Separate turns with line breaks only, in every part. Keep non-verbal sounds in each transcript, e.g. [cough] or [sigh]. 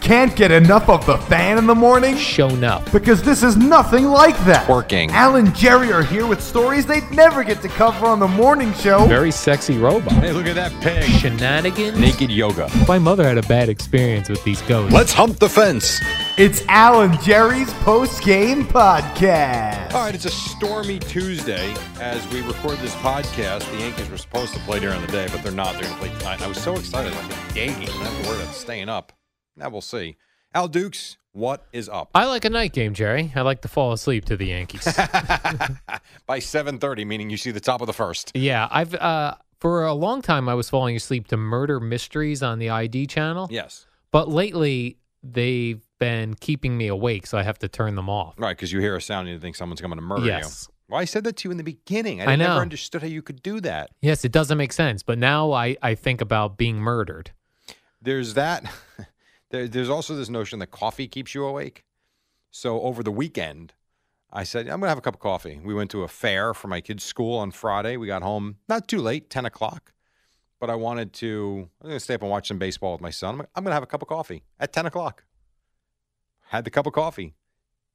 Can't get enough of the fan in the morning?
shown up.
Because this is nothing like that.
Working.
Al and Jerry are here with stories they'd never get to cover on the morning show.
Very sexy robot.
Hey, look at that pig.
Shenanigans.
Naked yoga.
My mother had a bad experience with these ghosts.
Let's hump the fence.
It's Al and Jerry's post game podcast.
All right, it's a stormy Tuesday as we record this podcast. The Yankees were supposed to play during the day, but they're not. They're going to play tonight. I was so excited, like a day game. I have to worry about staying up. Now we'll see. Al Dukes, what is up?
I like a night game, Jerry. I like to fall asleep to the
[laughs]
Yankees.
By 7:30, meaning you see the top of the first.
yeah, I've uh, for a long time I was falling asleep to murder mysteries on the ID channel.
Yes,
But lately they've been keeping me awake, so I have to turn them off.
right, because you hear a sound and you think someone's coming to murder
Yes.
you. Well, I said that to you in the beginning. I,
I know.
never understood how you could do that.
Yes, it doesn't make sense, but now I, I think about being murdered.
there's that. [laughs] There, there's also this notion that coffee keeps you awake. So over the weekend, I said I'm gonna have a cup of coffee. We went to a fair for my kids' school on Friday. We got home not too late, ten o'clock, but I wanted to. I'm gonna stay up and watch some baseball with my son. I'm, I'm gonna have a cup of coffee at ten o'clock. Had the cup of coffee.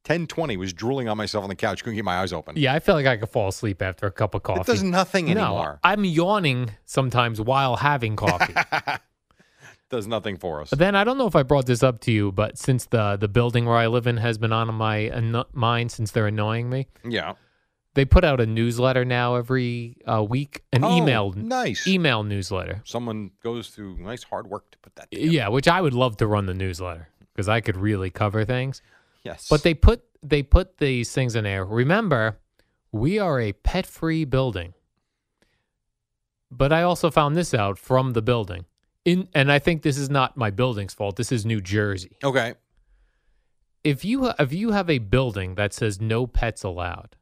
Ten twenty was drooling on myself on the couch. Couldn't get my eyes open.
Yeah, I feel like I could fall asleep after a cup of coffee.
it does nothing
no,
anymore.
I'm yawning sometimes while having coffee.
does nothing for us.
But then I don't know if I brought this up to you, but since the the building where I live in has been on my anno- mind since they're annoying me,
yeah.
they put out a newsletter now every uh, week, an
Oh,
email
nice.
email newsletter.
Someone goes through nice hard work to put that.
Yeah. which I would love to run the newsletter because I could really cover things.
Yes.
But they put they put these things in there. Remember, we are a pet free building. But I also found this out from the building. In and I think this is not my building's fault. This is New Jersey.
Okay.
if you if you have a building that says no pets allowed,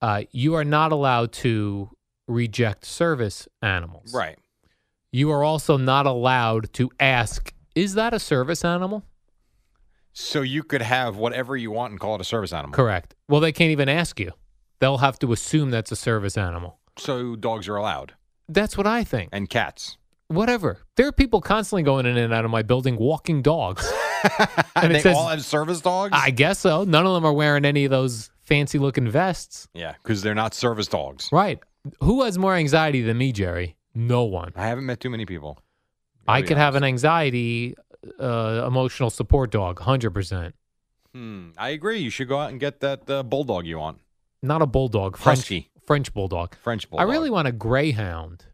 uh, you are not allowed to reject service animals.
Right.
You are also not allowed to ask, "Is that a service animal?"
So you could have whatever you want and call it a service animal.
Correct. Well, they can't even ask you. They'll have to assume that's a service animal.
So dogs are allowed
That's what I think.
and cats. [laughs]
Whatever. There are people constantly going in and out of my building walking
[laughs]
dogs.
And,
it
they
says-
all have service dogs?
I guess so. None of them are wearing any of those fancy looking vests.
Yeah, because they're not service dogs.
Right. Who has more anxiety than me, Jerry? No one.
I haven't met too many people.
I
Gotta be
could have an
honest.
anxiety uh, emotional support dog, 100%.
Hmm, I agree. You should go out and get that uh, bulldog you want.
Not a bulldog, French
Husky.
French bulldog.
French bulldog.
I really want a greyhound.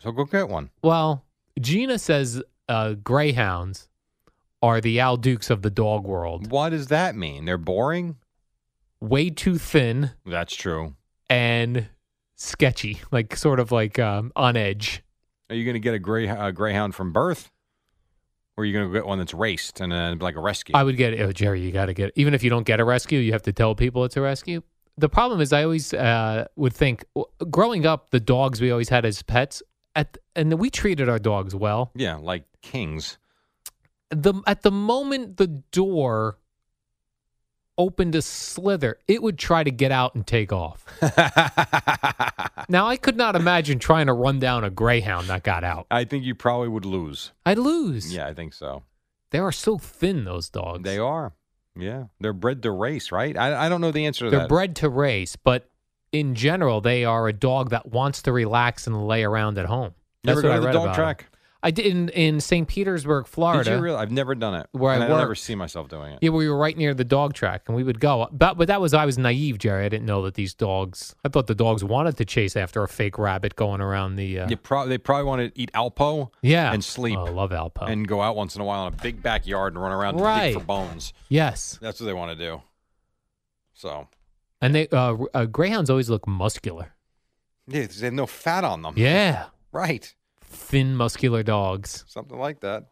So go get one.
Well, Gina says uh, greyhounds are the Al Dukes of the dog world.
What does that mean? They're boring?
Way too thin
That's true.
and sketchy, like sort of like um, on edge.
Are you going to get a grey, uh, greyhound from birth? Or are you going to get one that's raced and uh, like a rescue?
I would get it. Oh, Jerry, you got to get Even if you don't get a rescue, you have to tell people it's a rescue. The problem is, I always uh, would think w- growing up, the dogs we always had as pets, at and we treated our dogs well.
yeah, like
[laughs]
kings.
The at the moment the door opened a slither, it would try to get out and take
[laughs]
off. now I could not imagine trying to run down a greyhound that got out.
I think you probably would lose.
I'd lose.
Yeah, I think so.
they are so thin. Those dogs.
They are. Yeah. They're bred to race, right? I, I don't know the answer to
They're
that.
bred to race, but in general, they are a dog that wants to relax and lay around at home.
You
That's
ever go
what I
to the
read
dog
about 'em.
track?
I did in, in St. Petersburg, Florida.
Did you really? I've never done it.
Where I
and I never
worked.
see myself doing it.
Yeah, we were right near the dog track, and we would go. But but that was I was naive, Jerry. I didn't know that these dogs. I thought the dogs wanted to chase after a fake rabbit going around the. Uh,
You prob- they probably want to eat Alpo
yeah,
and sleep.
Oh, I love Alpo.
and go out once in a while in a big backyard and run around to dig for
Right.
bones.
yes,
That's what they want to do. So
and they uh, uh, greyhounds always look muscular.
yeah, 'cause they have no fat on them.
Yeah,
Right.
thin muscular dogs.
Something like that.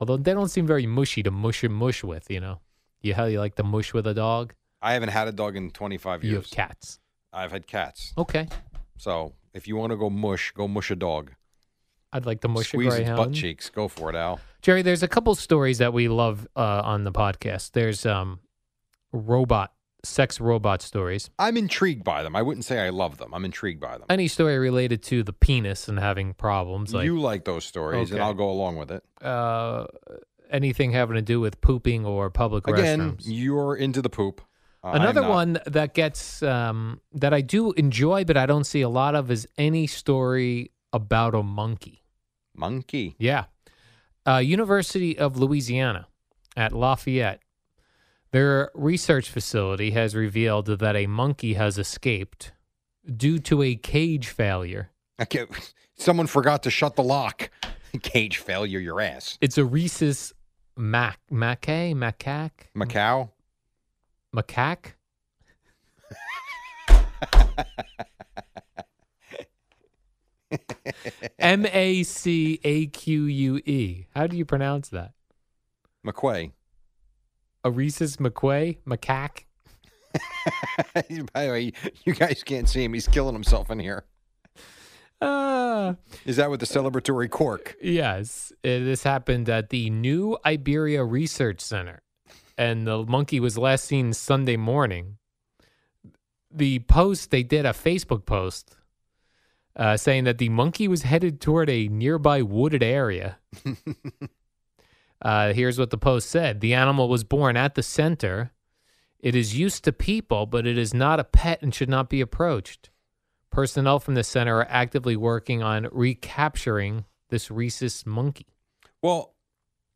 Although they don't seem very mushy to mush and mush with. You know, you how you like to mush with a dog.
I haven't had a dog in 25
You have
years.
cats.
I've had cats.
Okay,
So if you want to go mush, go mush a dog.
I'd like to mush
Squeeze
a
its
greyhound.
butt cheeks. Go for it, Al.
Jerry, there's a couple stories that we love uh, on the podcast. There's um, robot sex robot stories.
I'm intrigued by them. I wouldn't say I love them. I'm intrigued by them.
Any story related to the penis and having problems, like
you like those stories, and
Okay.
I'll go along with it.
uh, anything having to do with pooping or public
Again,
restrooms.
you're into the poop. Uh, I'm
Another
not.
one that gets um, that I do enjoy, but I don't see a lot of is any story about a monkey.
Monkey.
Yeah. Uh, University of Louisiana at Lafayette. Their research facility has revealed that a monkey has escaped due to a cage failure.
Okay. [laughs] Someone forgot to shut the lock. [laughs] Cage failure, your ass.
It's a rhesus mac macaque macaque
Macau.
macaque. M A C A Q U E. How do you pronounce that?
McQuay. [laughs]
A rhesus macaque macaque.
By the way, you guys can't see him. He's killing himself in here.
Ah.
Is that with the celebratory cork?
Yes, eh, this happened at the New Iberia Research Center, and the monkey was last seen Sunday morning. The post they did a Facebook post uh, saying that the monkey was headed toward a nearby wooded area. uh, here's what the post said: The animal was born at the center. It is used to people, but it is not a pet and should not be approached. Personnel from the center are actively working on recapturing this rhesus monkey.
Well,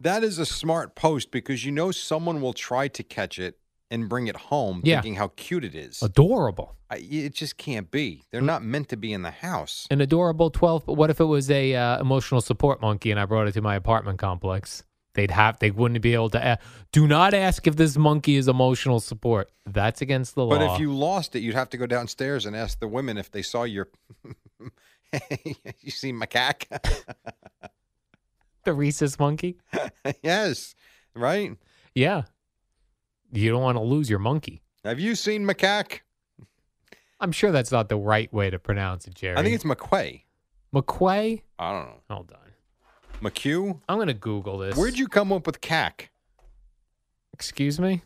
that is a smart post because you know someone will try to catch it and bring it home
Yeah. Uh,
thinking how cute it is.
Adorable.
I, it just can't be.
Mm.
They're not meant to be in the house.
An adorable 12, but what if it was a uh, emotional support monkey and I brought it to my apartment complex? They'd have they wouldn't be able to a- do not ask if this monkey is emotional support. That's against the
But
law.
if you lost it, you'd have to go downstairs and ask the women if they saw your. [laughs] you see macaque?
[laughs]
[laughs]
the rhesus monkey?
yes, right?
Yeah. You don't want to lose your monkey.
Have you seen macaque?
I'm sure that's not the right way to pronounce it, Jerry.
I think it's McQuay.
McQuay.
I don't know.
Hold on.
McHugh?
I'm going to Google this.
Where'd you come up with cack?
Excuse me?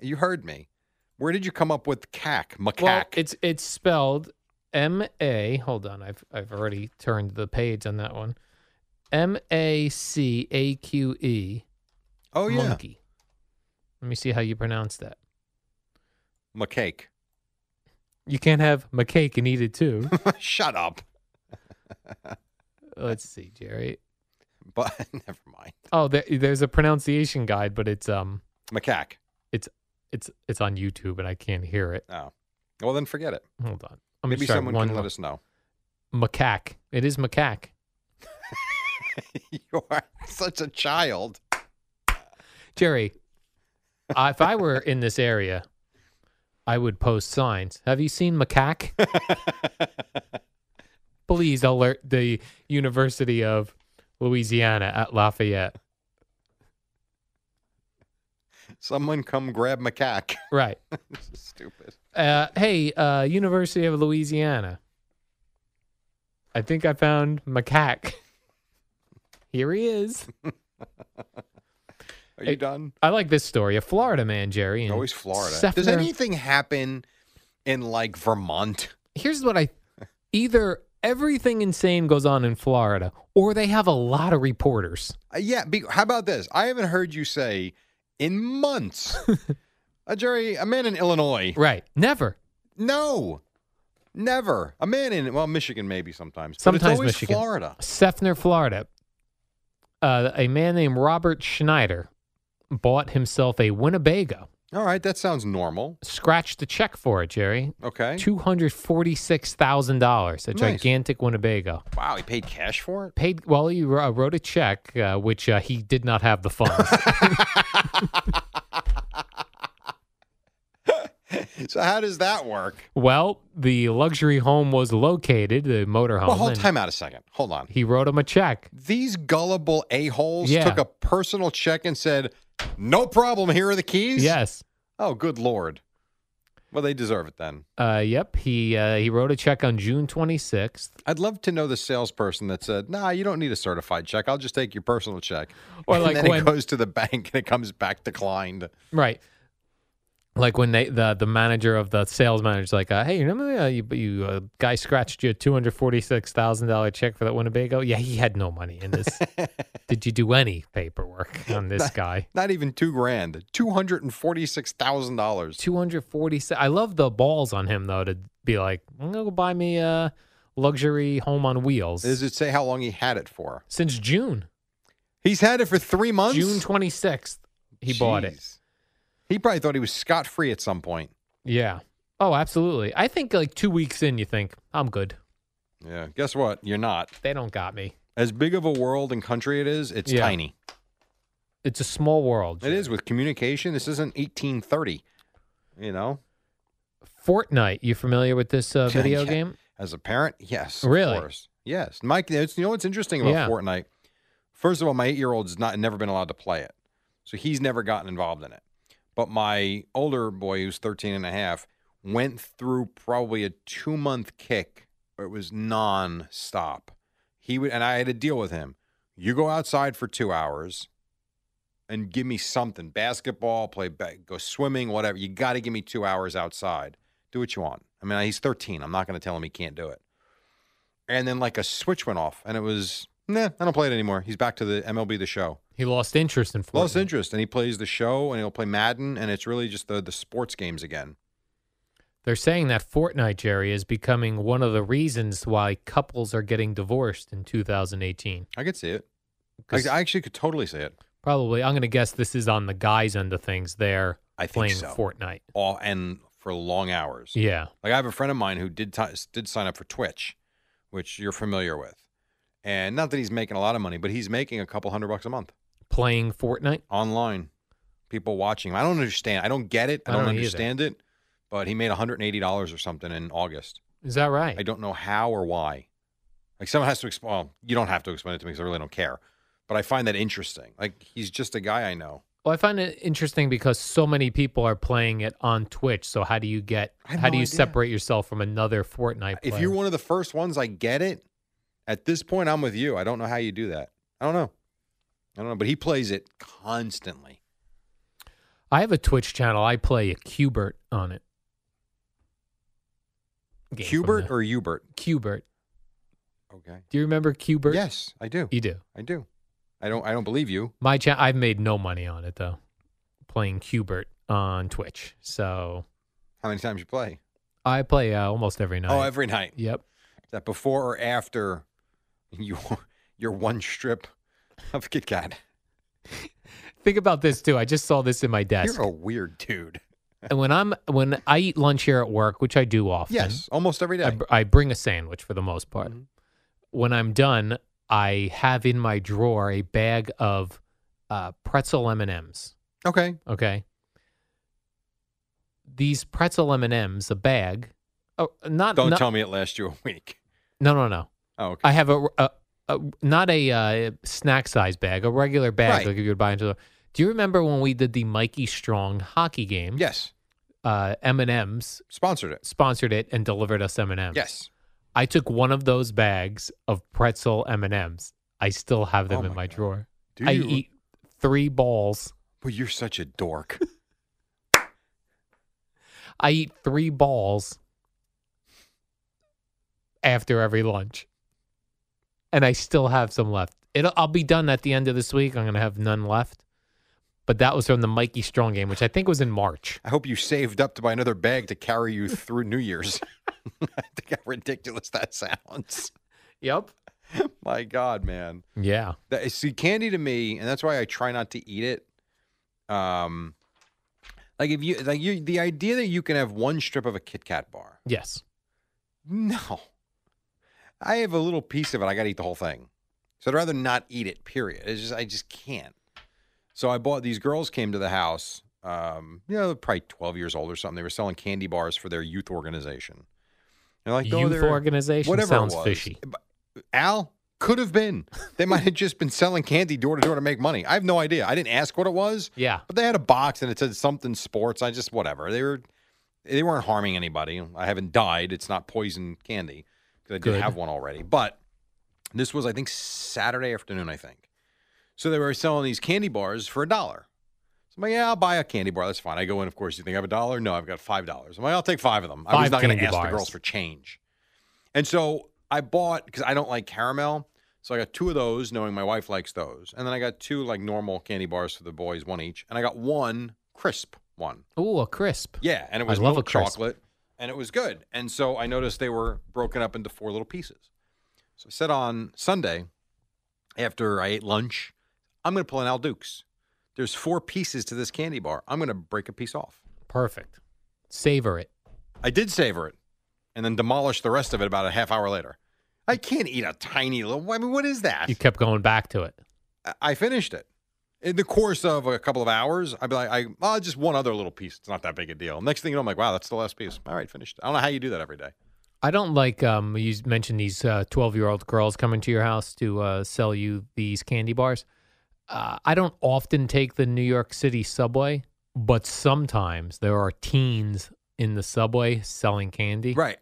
You heard me. Where did you come up with cack? Macaque.
Well, it's it's spelled M A. Hold on, I've I've already turned the page on that one. M A C A Q E.
oh yeah,
Monkey. Let me see how you pronounce that.
macaque.
You can't have macaque and eat it too.
Shut up.
[laughs]
[laughs]
Let's see, Jerry.
But [laughs] never mind.
Oh, there, there's a pronunciation guide, but it's um,
Macaque.
it's it's it's on YouTube and I can't hear it.
Oh, well then forget it.
Hold on. I'm
Maybe someone can let us know. [laughs]
macaque. It is macaque.
you are [laughs] such a child.
Jerry, uh, if I were in this area, I would post signs. Have you seen
[laughs]
macaque? Please alert the University of Louisiana at Lafayette.
Someone come grab macaque. [laughs]
Right.
this is stupid.
Uh, hey, uh, University of Louisiana. I think I found macaque. Here he is.
Are you
Hey,
done?
I like this story. A Florida man, Jerry. in
Always Florida. Does
Seffner-
anything happen in like Vermont?
here's what I either everything insane goes on in Florida or they have a lot of reporters.
Uh, yeah. Be, how about this? I haven't heard you say
[laughs]
in months. Uh, Jerry, a man in Illinois
Right. Never.
No, never. A man in well, Michigan maybe sometimes. but
Sometimes
it's always
Michigan.
Florida.
Seffner, Florida. uh, a man named Robert Schneider bought himself a Winnebago.
All right, that sounds normal.
Scratched the check for it, Jerry.
Okay.
Two hundred forty-six thousand dollars. A
Nice.
gigantic Winnebago.
Wow, he paid cash for it.
Paid. Well, he uh, wrote a check, uh, which uh, he did not have the
[laughs]
funds.
[laughs] So how does that work?
well, the luxury home was located, the motorhome.
Well, hold
and
time out a second. Hold on.
He wrote him a check.
These gullible a holes
Yeah.
took a personal check and said, "No problem. Here are the keys."
Yes.
Oh, good lord. Well, they deserve it then.
Uh, yep. He uh, he wrote a check on June 26th.
I'd love to know the salesperson that said, "Nah, you don't need a certified check. I'll just take your personal check."
Or
and
like
then
when-
it goes to the bank and it comes back declined.
Right. Like when they the the manager of the sales manager's like, uh, hey, remember uh, you you uh, guy scratched you a two hundred forty six thousand dollar check for that Winnebago? Yeah, he had no money in
[laughs]
this. Did you do any paperwork on this guy?
Not even two grand. Two hundred and forty-six thousand dollars.
Two hundred forty six. I love the balls on him though to be like, I'm gonna go buy me a luxury home on wheels.
Does it say how long he had it for?
Since June,
He's had it for three months.
June twenty sixth, he bought it.
Jeez. He probably thought he was scot free at some point.
Yeah. Oh, absolutely. I think like two weeks in, you think I'm good.
Yeah. Guess what? You're not.
They don't got me.
As big of a world and country it is, it's
Yeah.
tiny.
It's a small world.
It is with communication. This isn't 1830. You know,
Fortnite. You familiar with this uh, video
[laughs] Yeah.
game?
as a parent, yes, of
Really?
course. Yes, Mike. It's, you know what's interesting about
Yeah.
Fortnite? First of all, my eight-year-old's not never been allowed to play it, so he's never gotten involved in it. But my older boy, who's 13 and a half, went through probably a two-month kick where it was non-stop. He would, and I had to deal with him. You go outside for two hours, and give me something. Basketball, play, ba- go swimming, whatever. You got to give me two hours outside. Do what you want. I mean, he's 13. I'm not going to tell him he can't do it. And then like a switch went off, and it was nah. I don't play it anymore. He's back to the MLB the show.
He lost interest in Fortnite.
Lost interest, and he plays the show, and he'll play Madden, and it's really just the the sports games again.
They're saying that Fortnite, Jerry, is becoming one of the reasons why couples are getting divorced in 2018.
I could see it.
'Cause
I, I actually could totally see it.
probably, I'm going to guess this is on the guys' end of things. They're
I think
playing
so.
Fortnite.
All and for long hours.
Yeah.
Like I have a friend of mine who did ti did sign up for Twitch, which you're familiar with, and not that he's making a lot of money, but he's making a couple hundred bucks a month
Playing Fortnite.
online. People watching him. I don't understand. I don't get it. I
I
don't,
don't either.
understand it. But he made 180 dollars or something in August.
Is that right?
I don't know how or why. Like someone has to explain. Well, you don't have to explain it to me because I really don't care. But I find that interesting. Like he's just a guy I know.
Well, I find it interesting because so many people are playing it on Twitch. So how do you get?
I have
How
no
do you
idea.
separate yourself from another Fortnite? Player?
If you're one of the first ones, I get it. At this point, I'm with you. I don't know how you do that. I don't know. I don't know, but he plays it constantly.
I have a Twitch channel. I play a Cubert on it. Game from
Hubert
the-
or Hubert?
Cubert?
Okay.
Do you remember Cubert?
Yes, I do.
you do.
I do. I don't. I don't believe you.
My channel. I've made no money on it though. Playing Cubert on Twitch, so
How many times you play?
I play uh, almost every night.
Oh, every night.
Yep.
Is that before or after [laughs] you your one strip of Kit Kat?
Think about this too. I just saw this in my desk.
You're a weird dude.
and when I'm when I eat lunch here at work, which I do often.
Yes, almost every
I,
day.
br- I bring a sandwich for the most part.
Mm-hmm.
When I'm done, I have in my drawer a bag of uh, pretzel M and M's.
Okay.
Okay, these pretzel M and M's, a bag. Oh, not
Don't
no,
tell me it lasts you a week. [laughs]
no, no, no.
Oh, okay.
I have a, a, a not a uh, snack size bag, a regular bag
Right.
like if you would buy into. The, do you remember when we did the Mikey Strong hockey game?
Um, yes,
Uh, M and M's
sponsored it.
sponsored it and delivered us M and M's.
Yes.
I took one of those bags of pretzel M and M's. I still have them
Oh
in
my
my
God.
drawer.
Do
I
you-
eat three balls.
Well, you're such a dork. [laughs]
I eat three balls after every lunch, and I still have some left. It'll, I'll be done at the end of this week. I'm gonna have none left. But that was from the Mikey Strong game, which I think was in March.
I hope you saved up to buy another bag to carry [laughs] you through New Year's. I think how ridiculous that sounds.
Yep.
My God, man.
Yeah.
That, see, candy to me, and that's why I try not to eat it. Um, like if you like you, the idea that you can have one strip of a Kit Kat bar.
Yes.
No, I have a little piece of it. I got to eat the whole thing. So I'd rather not eat it. Period. It's just I just can't. So I bought these girls came to the house. Um, you know, probably twelve years old or something. They were selling candy bars for their youth organization. And like oh,
Youth
they're-
organization
whatever it
sounds
was.
fishy.
But- Al could have been. They might have just been selling candy door to door to make money. I have no idea. I didn't ask what it was.
Yeah.
But they had a box and it said something sports. I just whatever. They were they weren't harming anybody. I haven't died. It's not poison candy because I did
Good.
have one already. But this was I think Saturday afternoon. I think. So they were selling these candy bars for a dollar. So I'm like, yeah, I'll buy a candy bar. That's fine. I go in, of course. You think I have a dollar? No, I've got five dollars. I'm like, I'll take five of them. I was
Five
not going to
candy
ask the
bars.
girls for change. And so I bought because I don't like caramel. So I got two of those, knowing my wife likes those. And then I got two like normal candy bars for the boys, one each. And I got one crisp one.
Ooh, a crisp.
Yeah, and it
I
was
love a
milk
crisp.
chocolate, and it was good. And so I noticed they were broken up into four little pieces. So I said on Sunday, after I ate lunch, I'm going to pull an Al Dukes. There's four pieces to this candy bar. I'm going to break a piece off.
Perfect. Savor it.
I did savor it, and then demolish the rest of it about a half hour later. I can't eat a tiny little. I mean, what is that?
You kept going back to it.
I- I finished it. In the course of a couple of hours, I'd be like, I oh, just one other little piece. It's not that big a deal. Next thing you know, I'm like, wow, that's the last piece. All right, finished. I don't know how you do that every day.
I don't like um you mentioned these uh 12-year-old girls coming to your house to uh sell you these candy bars. Uh, I don't often take the New York City subway, but sometimes there are teens in the subway selling candy.
Right.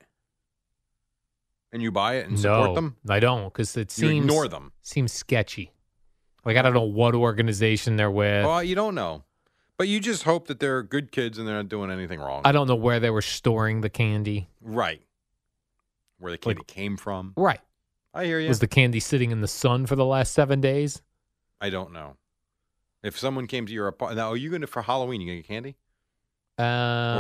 And you buy it and
no,
support them?
I don't because it
You
seems
ignore them.
seems sketchy. Like I don't know what organization they're with.
Well, you don't know. But you just hope that they're good kids and they're not doing anything wrong.
I don't know where they were storing the candy.
right. Where the candy came from.
Right.
I hear you.
Was the candy sitting in the sun for the last seven days?
I don't know. If someone came to your apartment, now are you going to, for Halloween, you going to get candy? or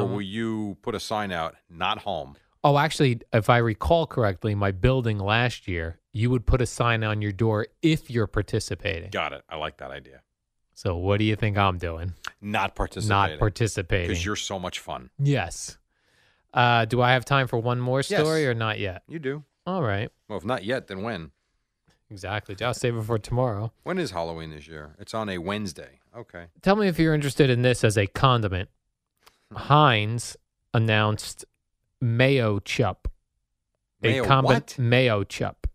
Um,
will you put a sign out, not home?
oh, actually, if I recall correctly, my building last year, you would put a sign on your door if you're participating.
Got it. I like that idea.
So what do you think I'm doing?
Not participating.
Not participating.
Because you're so much fun.
yes. Uh, do I have time for one more
Yes.
story or not yet?
You do.
All right.
Well, if not yet, then when?
Exactly. I'll save it for tomorrow.
When is Halloween this year? It's on a Wednesday. Okay.
Tell me if you're interested in this as a condiment. Heinz announced mayo chup.
Mayo
a combi-
what?
mayo chup.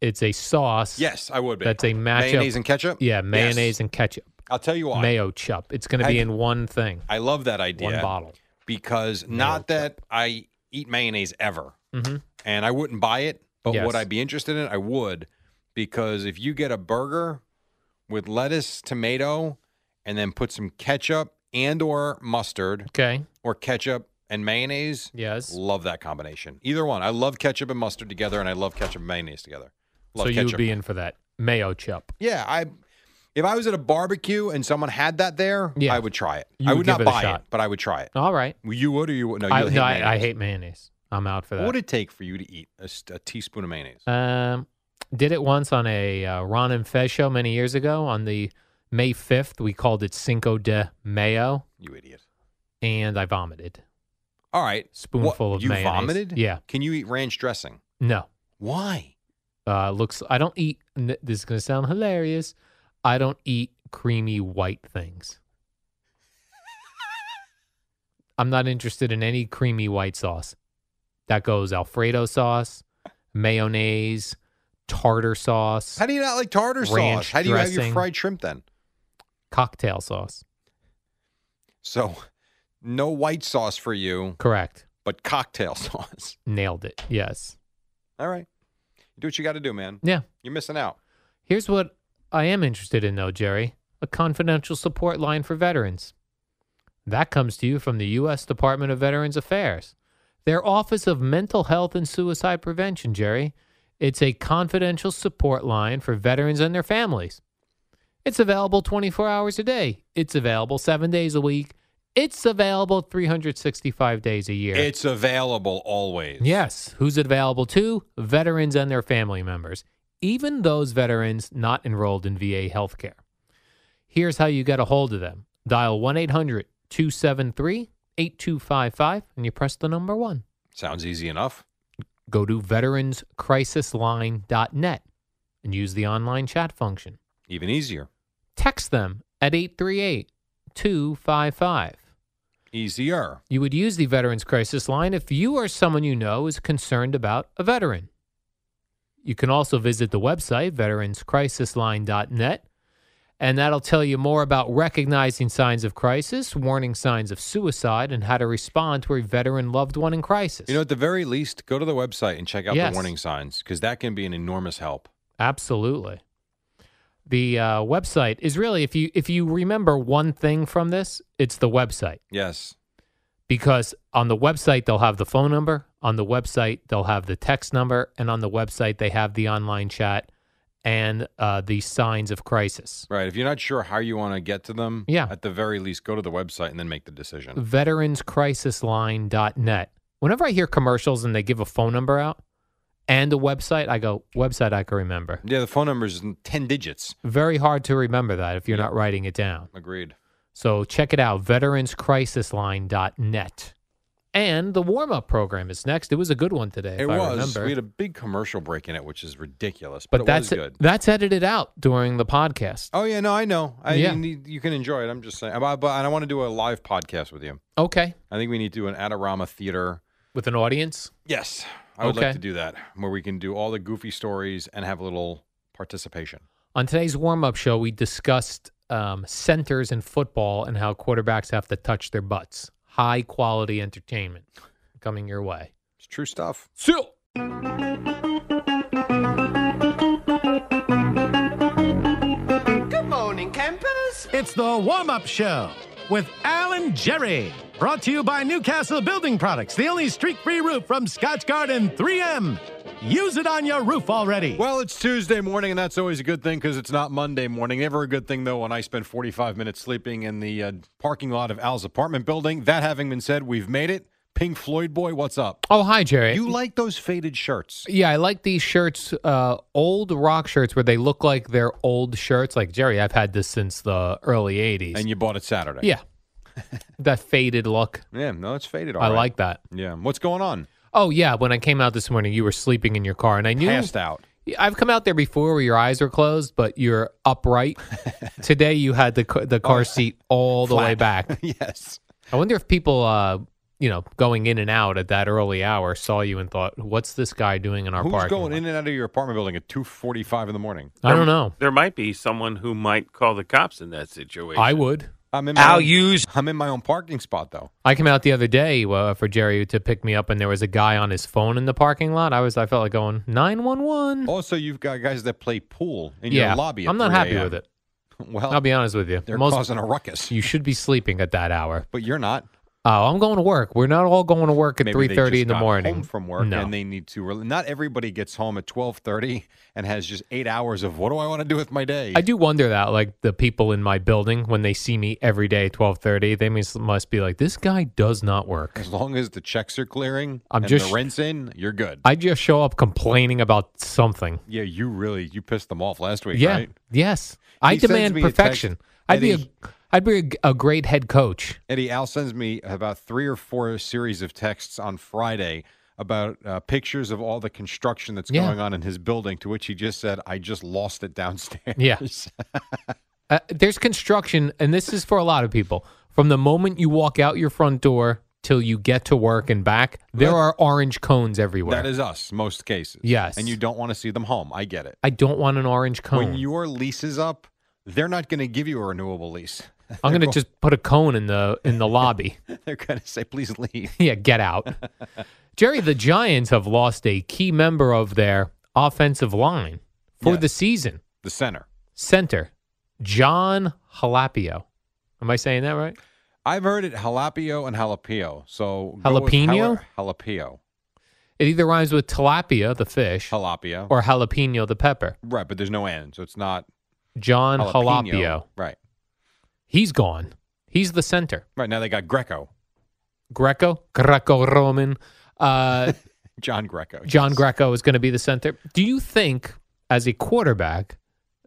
It's a sauce.
Yes, I would be.
That's a matchup.
Mayonnaise and ketchup?
Yeah,
Yes.
mayonnaise and ketchup.
I'll tell you why.
Mayo chup. It's going to be
I-
in one thing,
I love that idea.
one bottle.
Because not that I eat mayonnaise ever,
hmm
and I wouldn't buy it, but
Yes.
would I be interested in it? I would. Because if you get a burger with lettuce, tomato, and then put some ketchup and or mustard
Okay.
or ketchup and mayonnaise,
Yes.
love that combination. Either one. I love ketchup and mustard together, and I love ketchup and mayonnaise together. Love
so you
ketchup.
would be in for that mayo chup.
Yeah, I. If I was at a barbecue and someone had that there,
Yeah.
I would try it.
You
I
would
would not
give it a
buy it,
shot.
but I would try it.
All right.
Well, You would or you would? No, you
I,
hate
no, I, I
mayonnaise.
hate mayonnaise. I'm out for
What
that.
would it take for you to eat a, s- a teaspoon of mayonnaise?
Um, did it once on a uh, Ron and Fez show many years ago on the May 5th. We called it Cinco de Mayo,
you idiot.
and I vomited.
All right. What-
Spoonful of
you
mayonnaise.
vomited?
Yeah.
Can you eat ranch dressing?
No,
Why?
uh, looks. I don't eat. n- This is gonna sound hilarious. I don't eat creamy white things. I'm not interested in any creamy white sauce. That goes Alfredo sauce, mayonnaise, tartar sauce,
How do you not like tartar sauce?
Ranch
How do you have your
dressing.
fried shrimp then?
cocktail sauce.
So, no white sauce for you,
Correct.
but cocktail [laughs] sauce.
Nailed it. Yes.
All right. Do what you got to do, man.
Yeah.
You're missing out.
Here's what I am interested in, though, Jerry a confidential support line for veterans. That comes to you from the U.S. Department of Veterans Affairs, their Office of Mental Health and Suicide Prevention, Jerry. It's a confidential support line for veterans and their families. It's available 24 hours a day, it's available seven days a week. It's available 365 days a year.
It's available always.
Yes. Who's it available to? Veterans and their family members, even those veterans not enrolled in VA healthcare. Here's how you get a hold of them dial 1 800 273 8255 and you press the number one.
Sounds easy enough.
Go to veteranscrisisline.net and use the online chat function.
Even easier.
Text them at 838 255.
Easier.
You would use the Veterans Crisis Line if you or someone you know is concerned about a veteran. You can also visit the website, veteranscrisisline.net, and that'll tell you more about recognizing signs of crisis, warning signs of suicide, and how to respond to a veteran loved one in crisis.
You know, at the very least, go to the website and check out
Yes.
the warning signs because that can be an enormous help.
Absolutely. The uh, website is really, if you if you remember one thing from this, it's the website.
Yes.
because on the website they'll have the phone number on the website they'll have the text number and on the website they have the online chat and uh, the signs of crisis
Right. If you're not sure how you want to get to them,
Yeah.
at the very least, go to the website and then make the decision.
veteranscrisisline.net whenever i hear commercials and they give a phone number out and a website i go website i can remember
Yeah, the phone number is 10 digits.
very hard to remember that if you're not writing it down
Agreed.
so check it out veteranscrisisline.net and the warm-up program is next it was a good one today if
it
I
was.
remember.
We had a big commercial break in it, which is ridiculous, but,
but
it
that's
was good.
that's edited out during the podcast.
Oh yeah, no, I know. I
Yeah.
you, you can enjoy it. I'm just saying. But, but- and I want to do a live podcast with you.
Okay,
I think we need to do an Adorama Theater.
with an audience.
Yes, I would
Okay.
like to do that, where we can do all the goofy stories and have a little participation.
On today's warm-up show, we discussed um, centers in football and how quarterbacks have to touch their butts. High quality entertainment coming your way.
It's true stuff.
So,
It's the warm up show with Alan Jerry. Brought to you by Newcastle Building Products, the only streak free roof from Scotch Garden 3M. Use it on your roof already.
Well, it's Tuesday morning, and that's always a good thing because it's not Monday morning. Never a good thing though when I spend 45 minutes sleeping in the uh, parking lot of Al's apartment building. That having been said, we've made it. Pink Floyd boy, what's up?
oh hi Jerry.
You like those faded shirts?
yeah, I like these shirts, uh, old rock shirts where they look like they're old shirts. Like Jerry, I've had this since the early '80s.
And you bought it Saturday. [laughs]
yeah, that faded look.
Yeah, no, it's faded.
I
all right.
like that.
Yeah, what's going on?
Oh yeah, when I came out this morning, you were sleeping in your car, and I knew [laughs]
Passed out.
I've come out there before where your eyes are closed, but you're upright.
[laughs]
Today you had the ca- the
Oh,
car seat all the way
[laughs]
back.
yes.
I wonder if people, uh, you know, going in and out at that early hour saw you and thought, "What's this guy doing in our
Who's
parking?"
going
lot?"
in and out of your apartment building at 2:45 in the morning?
I don't know.
There might be someone who might call the cops in that situation.
I would.
I'm in. I'll use. I'm in my own parking spot though.
I came out the other day uh, for Jerry to pick me up, and there was a guy on his phone in the parking lot. I was, I felt like going nine one one.
Also, you've got guys that play pool Oh, in
Hmm. Yeah,
your lobby. At
I'm not
3
happy
a.m..
with it.
[laughs] Well,
I'll be honest with you.
they're
Most
causing a ruckus,
you should be sleeping at that hour.
but you're not.
Oh, I'm going to work. We're not all going to work at
Maybe
three
they
thirty
just
in the
got
morning.
Home from work,
No.
and they need to. Rel- not everybody gets home at 12:30 and has just eight hours of what do I want to do with my day?
I do wonder that, like the people in my building, when they see me every day at twelve thirty, they must, must be like, "This guy does not work."
as long as the checks are clearing
I'm
and
just-
the rents in, you're good.
I just show up complaining about something.
yeah, you really you pissed them off last week,
yeah.
right?
Yes. I
He sends
demand
me a text,
perfection. I'd be a,
Eddie.
I'd be a g- a, great head coach.
Eddie Al sends me about three or four series of texts on Friday about uh, pictures of all the construction that's
Yeah.
going on in his building. To which he just said, "I just lost it downstairs." [laughs]
Yeah. Uh, there's construction, and this is for a lot of people. From the moment you walk out your front door till you get to work and back, there
That-
are orange cones everywhere.
that is us most cases.
Yes.
and you don't want to see them home. I get it.
I don't want an orange cone.
When your lease is up, they're not going to give you a renewable lease. [laughs]
I'm gonna just put a cone in the in the lobby. [laughs]
They're going to say, "Please leave."
yeah, get
[laughs]
out. Jerry, the Giants have lost a key member of their offensive line for the
Yes.
season.
The center.
Center John Jalapio. Am I saying that right?
I've heard it jalapio and jalapio. So go with
Jalapeno?
jala- jalapio,
It either rhymes with tilapia, the fish,
jalapio.
or jalapeno, the pepper.
right, but there's no end, so it's not
John
jalapeno.
Jalapio.
Right.
He's gone. He's the center.
Right now they got Greco,
Greco, Greco Roman. Uh,
John Greco.
John
yes.
Greco is going to be the center. Do you think, as a quarterback,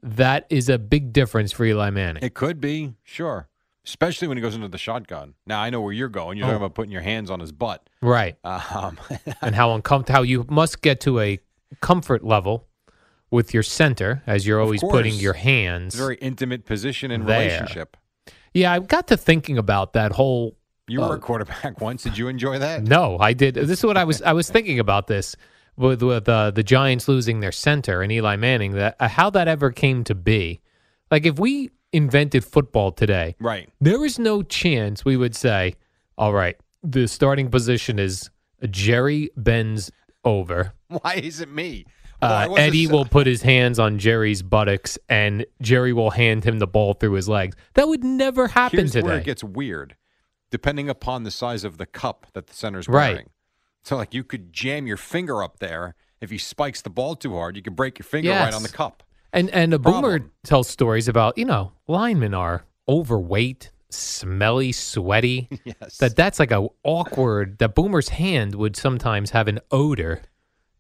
that is a big difference for Eli Manning?
It could be, sure. Especially when he goes into the shotgun. Now I know where you're going. You're
Oh.
talking about putting your hands on his butt.
[laughs] right.
Um, [laughs]
and how uncomfortable, how you must get to a comfort level with your center as you're
Of
always putting
course.
your hands.
it's a very intimate position and
There.
relationship.
yeah, I got to thinking about that whole
You were
Oh.
a quarterback [laughs] once. Did you enjoy that?
No, I did. This is what I was. I was thinking about this with with uh, the Giants losing their center and Eli Manning. That uh, how that ever came to be. Like if we invented football today,
Right. [laughs]
there is no chance we would say, "All right, the starting position is Jerry bends over.
Why is it me? Although I
Uh,
was a
Eddie
se-
will put his hands on Jerry's buttocks, and Jerry will hand him the ball through his legs." That would never happen
Here's
today.
where it gets weird, depending upon the size of the cup that the center's
Right.
wearing. So, like, you could jam your finger up there. If he spikes the ball too hard, you could break your finger right on the
Yes.
cup.
And and a boomer
problem.
tells stories about you know linemen are overweight, smelly, sweaty.
[laughs] Yes.
That that's like a awkward. That boomer's hand would sometimes have an odor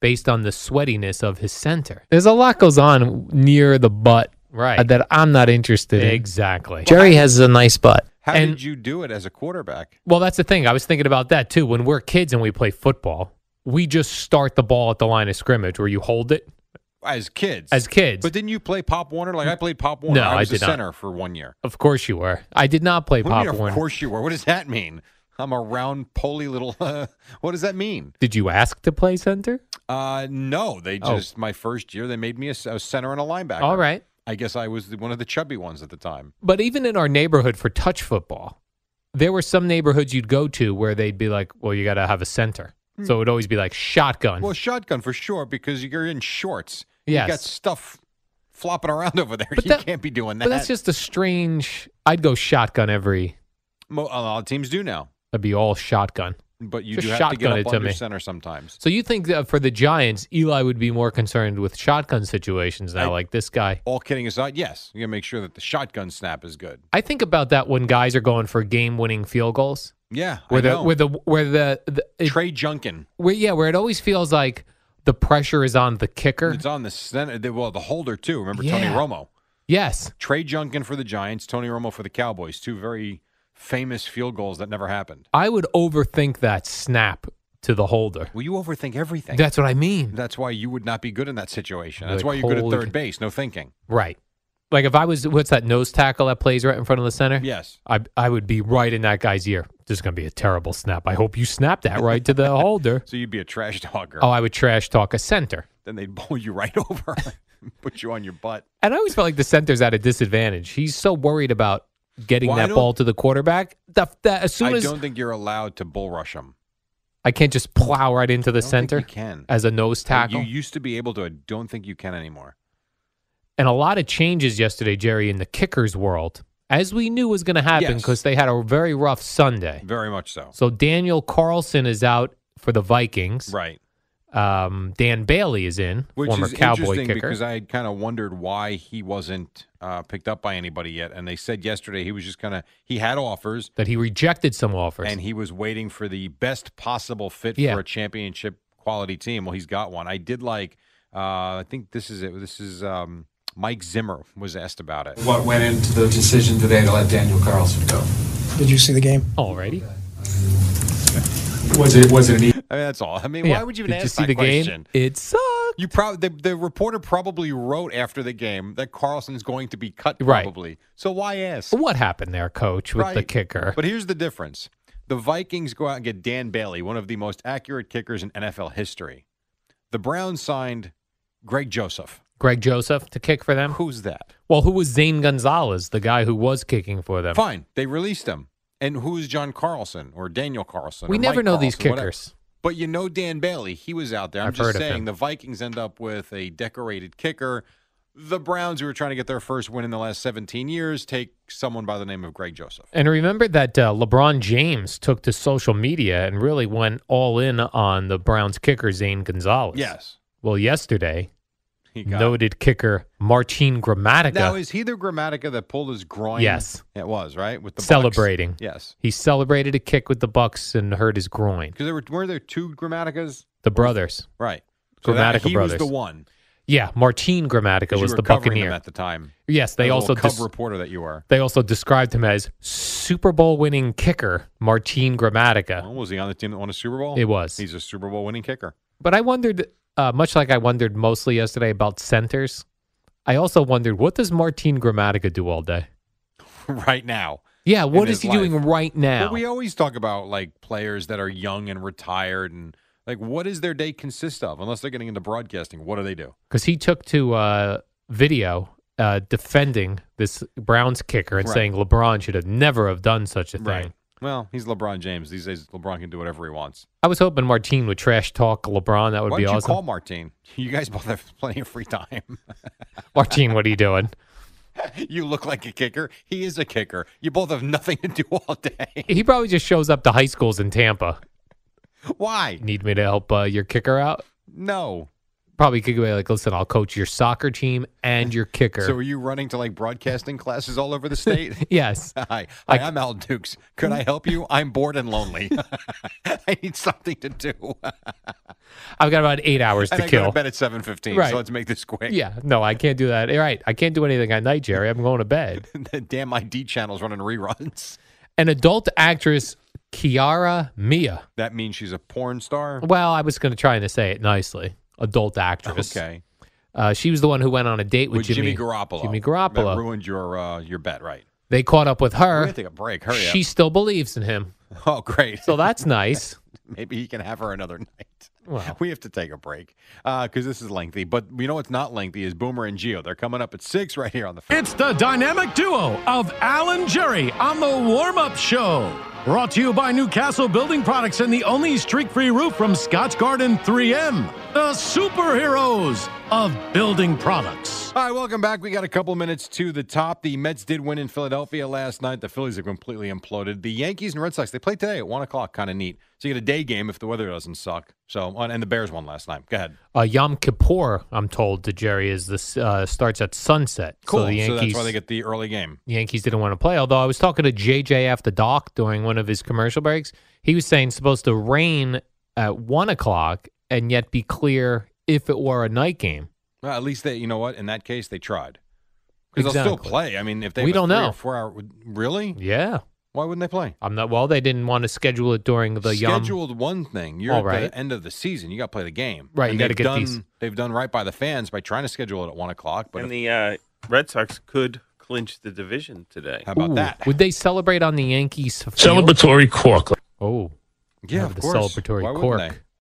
based on the sweatiness of his center.
There's a lot goes on near the butt
Right.
uh, that I'm not interested in.
exactly.
Jerry has a nice butt.
How
and-
did you do it as a quarterback?
Well, that's the thing. I was thinking about that too. When we're kids and we play football, we just start the ball at the line of scrimmage where you hold it
As kids.
as kids.
But didn't you play Pop Warner? Like, I played Pop Warner.
No, I
I was
did
a
not.
center for one year.
of course you were. I did not play
What do you
pop
mean,
warner.
Of course you were. What does that mean? I'm a round, poly little. [laughs] what does that mean?
Did you ask to play center?
Uh, no, they
Oh.
just my first year they made me a, s- a center and a linebacker.
All right.
I guess I was the, one of the chubby ones at the time.
But even in our neighborhood for touch football, there were some neighborhoods you'd go to where they'd be like, well, you got to have a center. So it would always be like shotgun.
Well, shotgun for sure because you're in shorts.
Yes.
You got stuff flopping around [laughs] over there.
But
you
that-
can't be doing that.
but that's just a strange. I'd go shotgun every.
Mo- a lot of teams do now.
That'd be all shotgun.
But you
Just
do have to get
shotgun
up
it to
under
me.
center sometimes.
So you think that for the Giants, Eli would be more concerned with shotgun situations now,
I-
like this guy.
All kidding aside, yes, you got to make sure that the shotgun snap is good.
I think about that when guys are going for game-winning field goals,
Yeah, I
where the
know.
where the where the, the it,
Trey Junkin.
where, yeah, where it always feels like the pressure is on the kicker.
It's on the center. the- Well, the holder too. Remember Tony
Yeah.
Romo.
Yes,
Trey Junkin for the Giants, Tony Romo for the Cowboys. Two very famous field goals that never happened.
I would overthink that snap to the holder.
Well, you overthink everything.
That's what I mean.
That's why you would not be good in that situation. That's
Like,
why you're good at
holy-
third base.
[laughs]
No thinking.
Right. Like if I was, what's that nose tackle that plays right in front of the center?
Yes.
I, I would be right in that guy's ear. This is going to be a terrible snap. I hope you snap that right to the
[laughs]
holder.
So you'd be a trash dogger.
Oh, I would trash talk a center.
Then they'd bowl you right [laughs] over, put you on your butt.
And I always felt like the center's at a disadvantage. He's so worried about getting
Well, I
that
don't-
ball to the quarterback. That, that as soon
I
as
don't think you're allowed to bull rush them.
I can't just plow right into the
I don't think
center
you can.
as a nose tackle.
You used to be able to. I don't think you can anymore.
and a lot of changes yesterday, Jerry, in the kickers world, as we knew was going to happen
Yes.
because they had a very rough Sunday.
Very much so.
So Daniel Carlson is out for the Vikings.
Right.
Um, Dan Bailey is in,
Which
former
is
Cowboy
interesting
kicker.
because I had kind of wondered why he wasn't uh, picked up by anybody yet, and they said yesterday he was just kind of he had offers
that he rejected some offers.
and he was waiting for the best possible fit
Yeah.
for a championship quality team. Well, he's got one. I did like. Uh, I think this is it. This is um, Mike Zimmer was asked about it.
What went into the decision today to let Daniel Carlson go?
Did you see the game?
Alrighty.
Was it was it an e-
I mean, that's all. I mean,
Yeah.
why would you even
Did
ask
you see
that
the
question?
game? It sucked.
You probably the, the reporter probably wrote after the game that Carlson's going to be cut
Right.
probably. So why ask?
What happened there, coach, with the
Right.
kicker?
But here's the difference. The Vikings go out and get Dan Bailey, one of the most accurate kickers in NFL history. The Browns signed Greg Joseph.
Greg Joseph to kick for them?
Who's that?
Well, who was Zane Gonzalez, the guy who was kicking for them?
Fine. They released him. And who's John Carlson or Daniel Carlson?
We
or
never
Mike
know these
Carlson, whatever.
kickers.
But you know Dan Bailey. He was out there. I'm
I've
just
heard of him.
saying the Vikings end up with a decorated kicker. The Browns, who are trying to get their first win in the last 17 years, take someone by the name of Greg Joseph.
And remember that uh, LeBron James took to social media and really went all in on the Browns kicker, Zane Gonzalez.
Yes.
Well, yesterday,
He got
noted kicker Martin Gramatica.
Now is he the Grammatica that pulled his groin?
Yes.
it was right with the Bucks?
Celebrating.
Yes,
he celebrated a kick with the Bucks and hurt his groin.
because there were were there two Grammaticas?
The brothers.
Right. So that-
Grammatica
he
brothers.
was the one.
Yeah, Martin
'cause
Gramatica
you
was
were
the
covering him
Buccaneer.
at the time.
Yes, they
That
also
little cub
dis-
reporter that you were.
they also described him as Super Bowl winning kicker Martin Gramatica.
Well, was he on the team that won a Super Bowl?
It was.
He's a Super Bowl winning kicker. [laughs]
But I wondered, uh, much like I wondered mostly yesterday about centers, I also wondered what does Martin Gramatica do all day?
right now.
Yeah, what
his
is he
life.
doing right now?
But we always talk about like players that are young and retired and like what does their day consist of? Unless they're getting into broadcasting, what do they do?
because he took to uh, video uh, defending this Browns kicker and
Right.
saying LeBron should have never have done such a thing.
Well, he's LeBron James. These days LeBron can do whatever he wants.
I was hoping Martin would trash talk LeBron. That would
Why
be
don't you
awesome. [laughs]
call Martine? [laughs] You guys both have plenty of free time. [laughs]
Martin, what are you doing?
you look like a kicker. He is a kicker. You both have nothing to do [laughs] all day.
He probably just shows up to high schools in Tampa.
Why?
Need me to help uh, your kicker out?
No.
Probably could be like, listen, I'll coach your soccer team
[laughs]
and your kicker.
So are you running to like broadcasting classes all over
[laughs]
the state? [laughs]
yes.
Hi,
I-
Hi I'm Al Dukes. Could I help you? I'm bored and lonely. [laughs] I need something to do.
I've got about eight hours
and
to
I go
kill.
to bed at 7.15,
Right.
so let's make this quick.
Yeah, no, I can't do that. All right, I can't do anything at night, Jerry. I'm going to
[laughs]
bed.
[laughs] the damn ID channel's running reruns. [laughs]
An adult actress, Kiara Mia.
That means she's a porn star?
Well, I was going to try to say it nicely. Adult actress.
Okay.
Uh, she was the one who went on a date with,
With Jimmy, Garoppolo.
Jimmy
That
Garoppolo.
ruined your, uh, your bet, right?
they caught up with
We're
her.
going to take a break. Hurry
she still believes in him.
up. [laughs] Oh, great.
So that's nice.
[laughs] Maybe he can have her another night.
Wow.
[laughs] We have to take a break because this is lengthy. But you know what's not lengthy is Boomer and Geo. They're coming up at 6 right here on the fan.
It's the dynamic duo of Alan Jerry on the warm up show. Brought to you by Newcastle Building Products and the only streak free roof from Scotch Garden 3M, the superheroes of building products.
All right, welcome back. We got a couple minutes to the top. The Mets did win in Philadelphia last night. The Phillies have completely imploded. The Yankees and Red Sox, they play today at 1 o'clock. Kind of neat. So you get a day game if the weather doesn't suck. So, and the Bears won last night. Go ahead.
Uh, Yom Kippur, I'm told to Jerry, is this uh, starts at sunset. So the Yankees,
that's why they get the early game.
the Yankees didn't want to play. Although I was talking to JJ after Doc during one of his commercial breaks, he was saying it's supposed to rain at one o'clock and yet be clear if it were a night game.
Well, at least they, you know what? In that case, they tried. Because they'll still
Exactly.
play. I mean, if they
We
have a
don't
three or
know.
four hour, really?
Yeah,
Why wouldn't they play?
I'm not. Well, they didn't want to schedule it during the Yom.
Scheduled one thing. You're
All
at
right.
the end of the season. You got to play the game.
Right,
And
you gotta
they've
get
done,
these-
They've done right by the fans by trying to schedule it at one o'clock. But if-
and the uh, Red Sox could clinch the division today.
how about
Ooh,
that?
Would they celebrate on the Yankees? field?
Celebratory cork.
Oh,
Yeah,
have
of
the
course.
celebratory
Why wouldn't
cork.
they?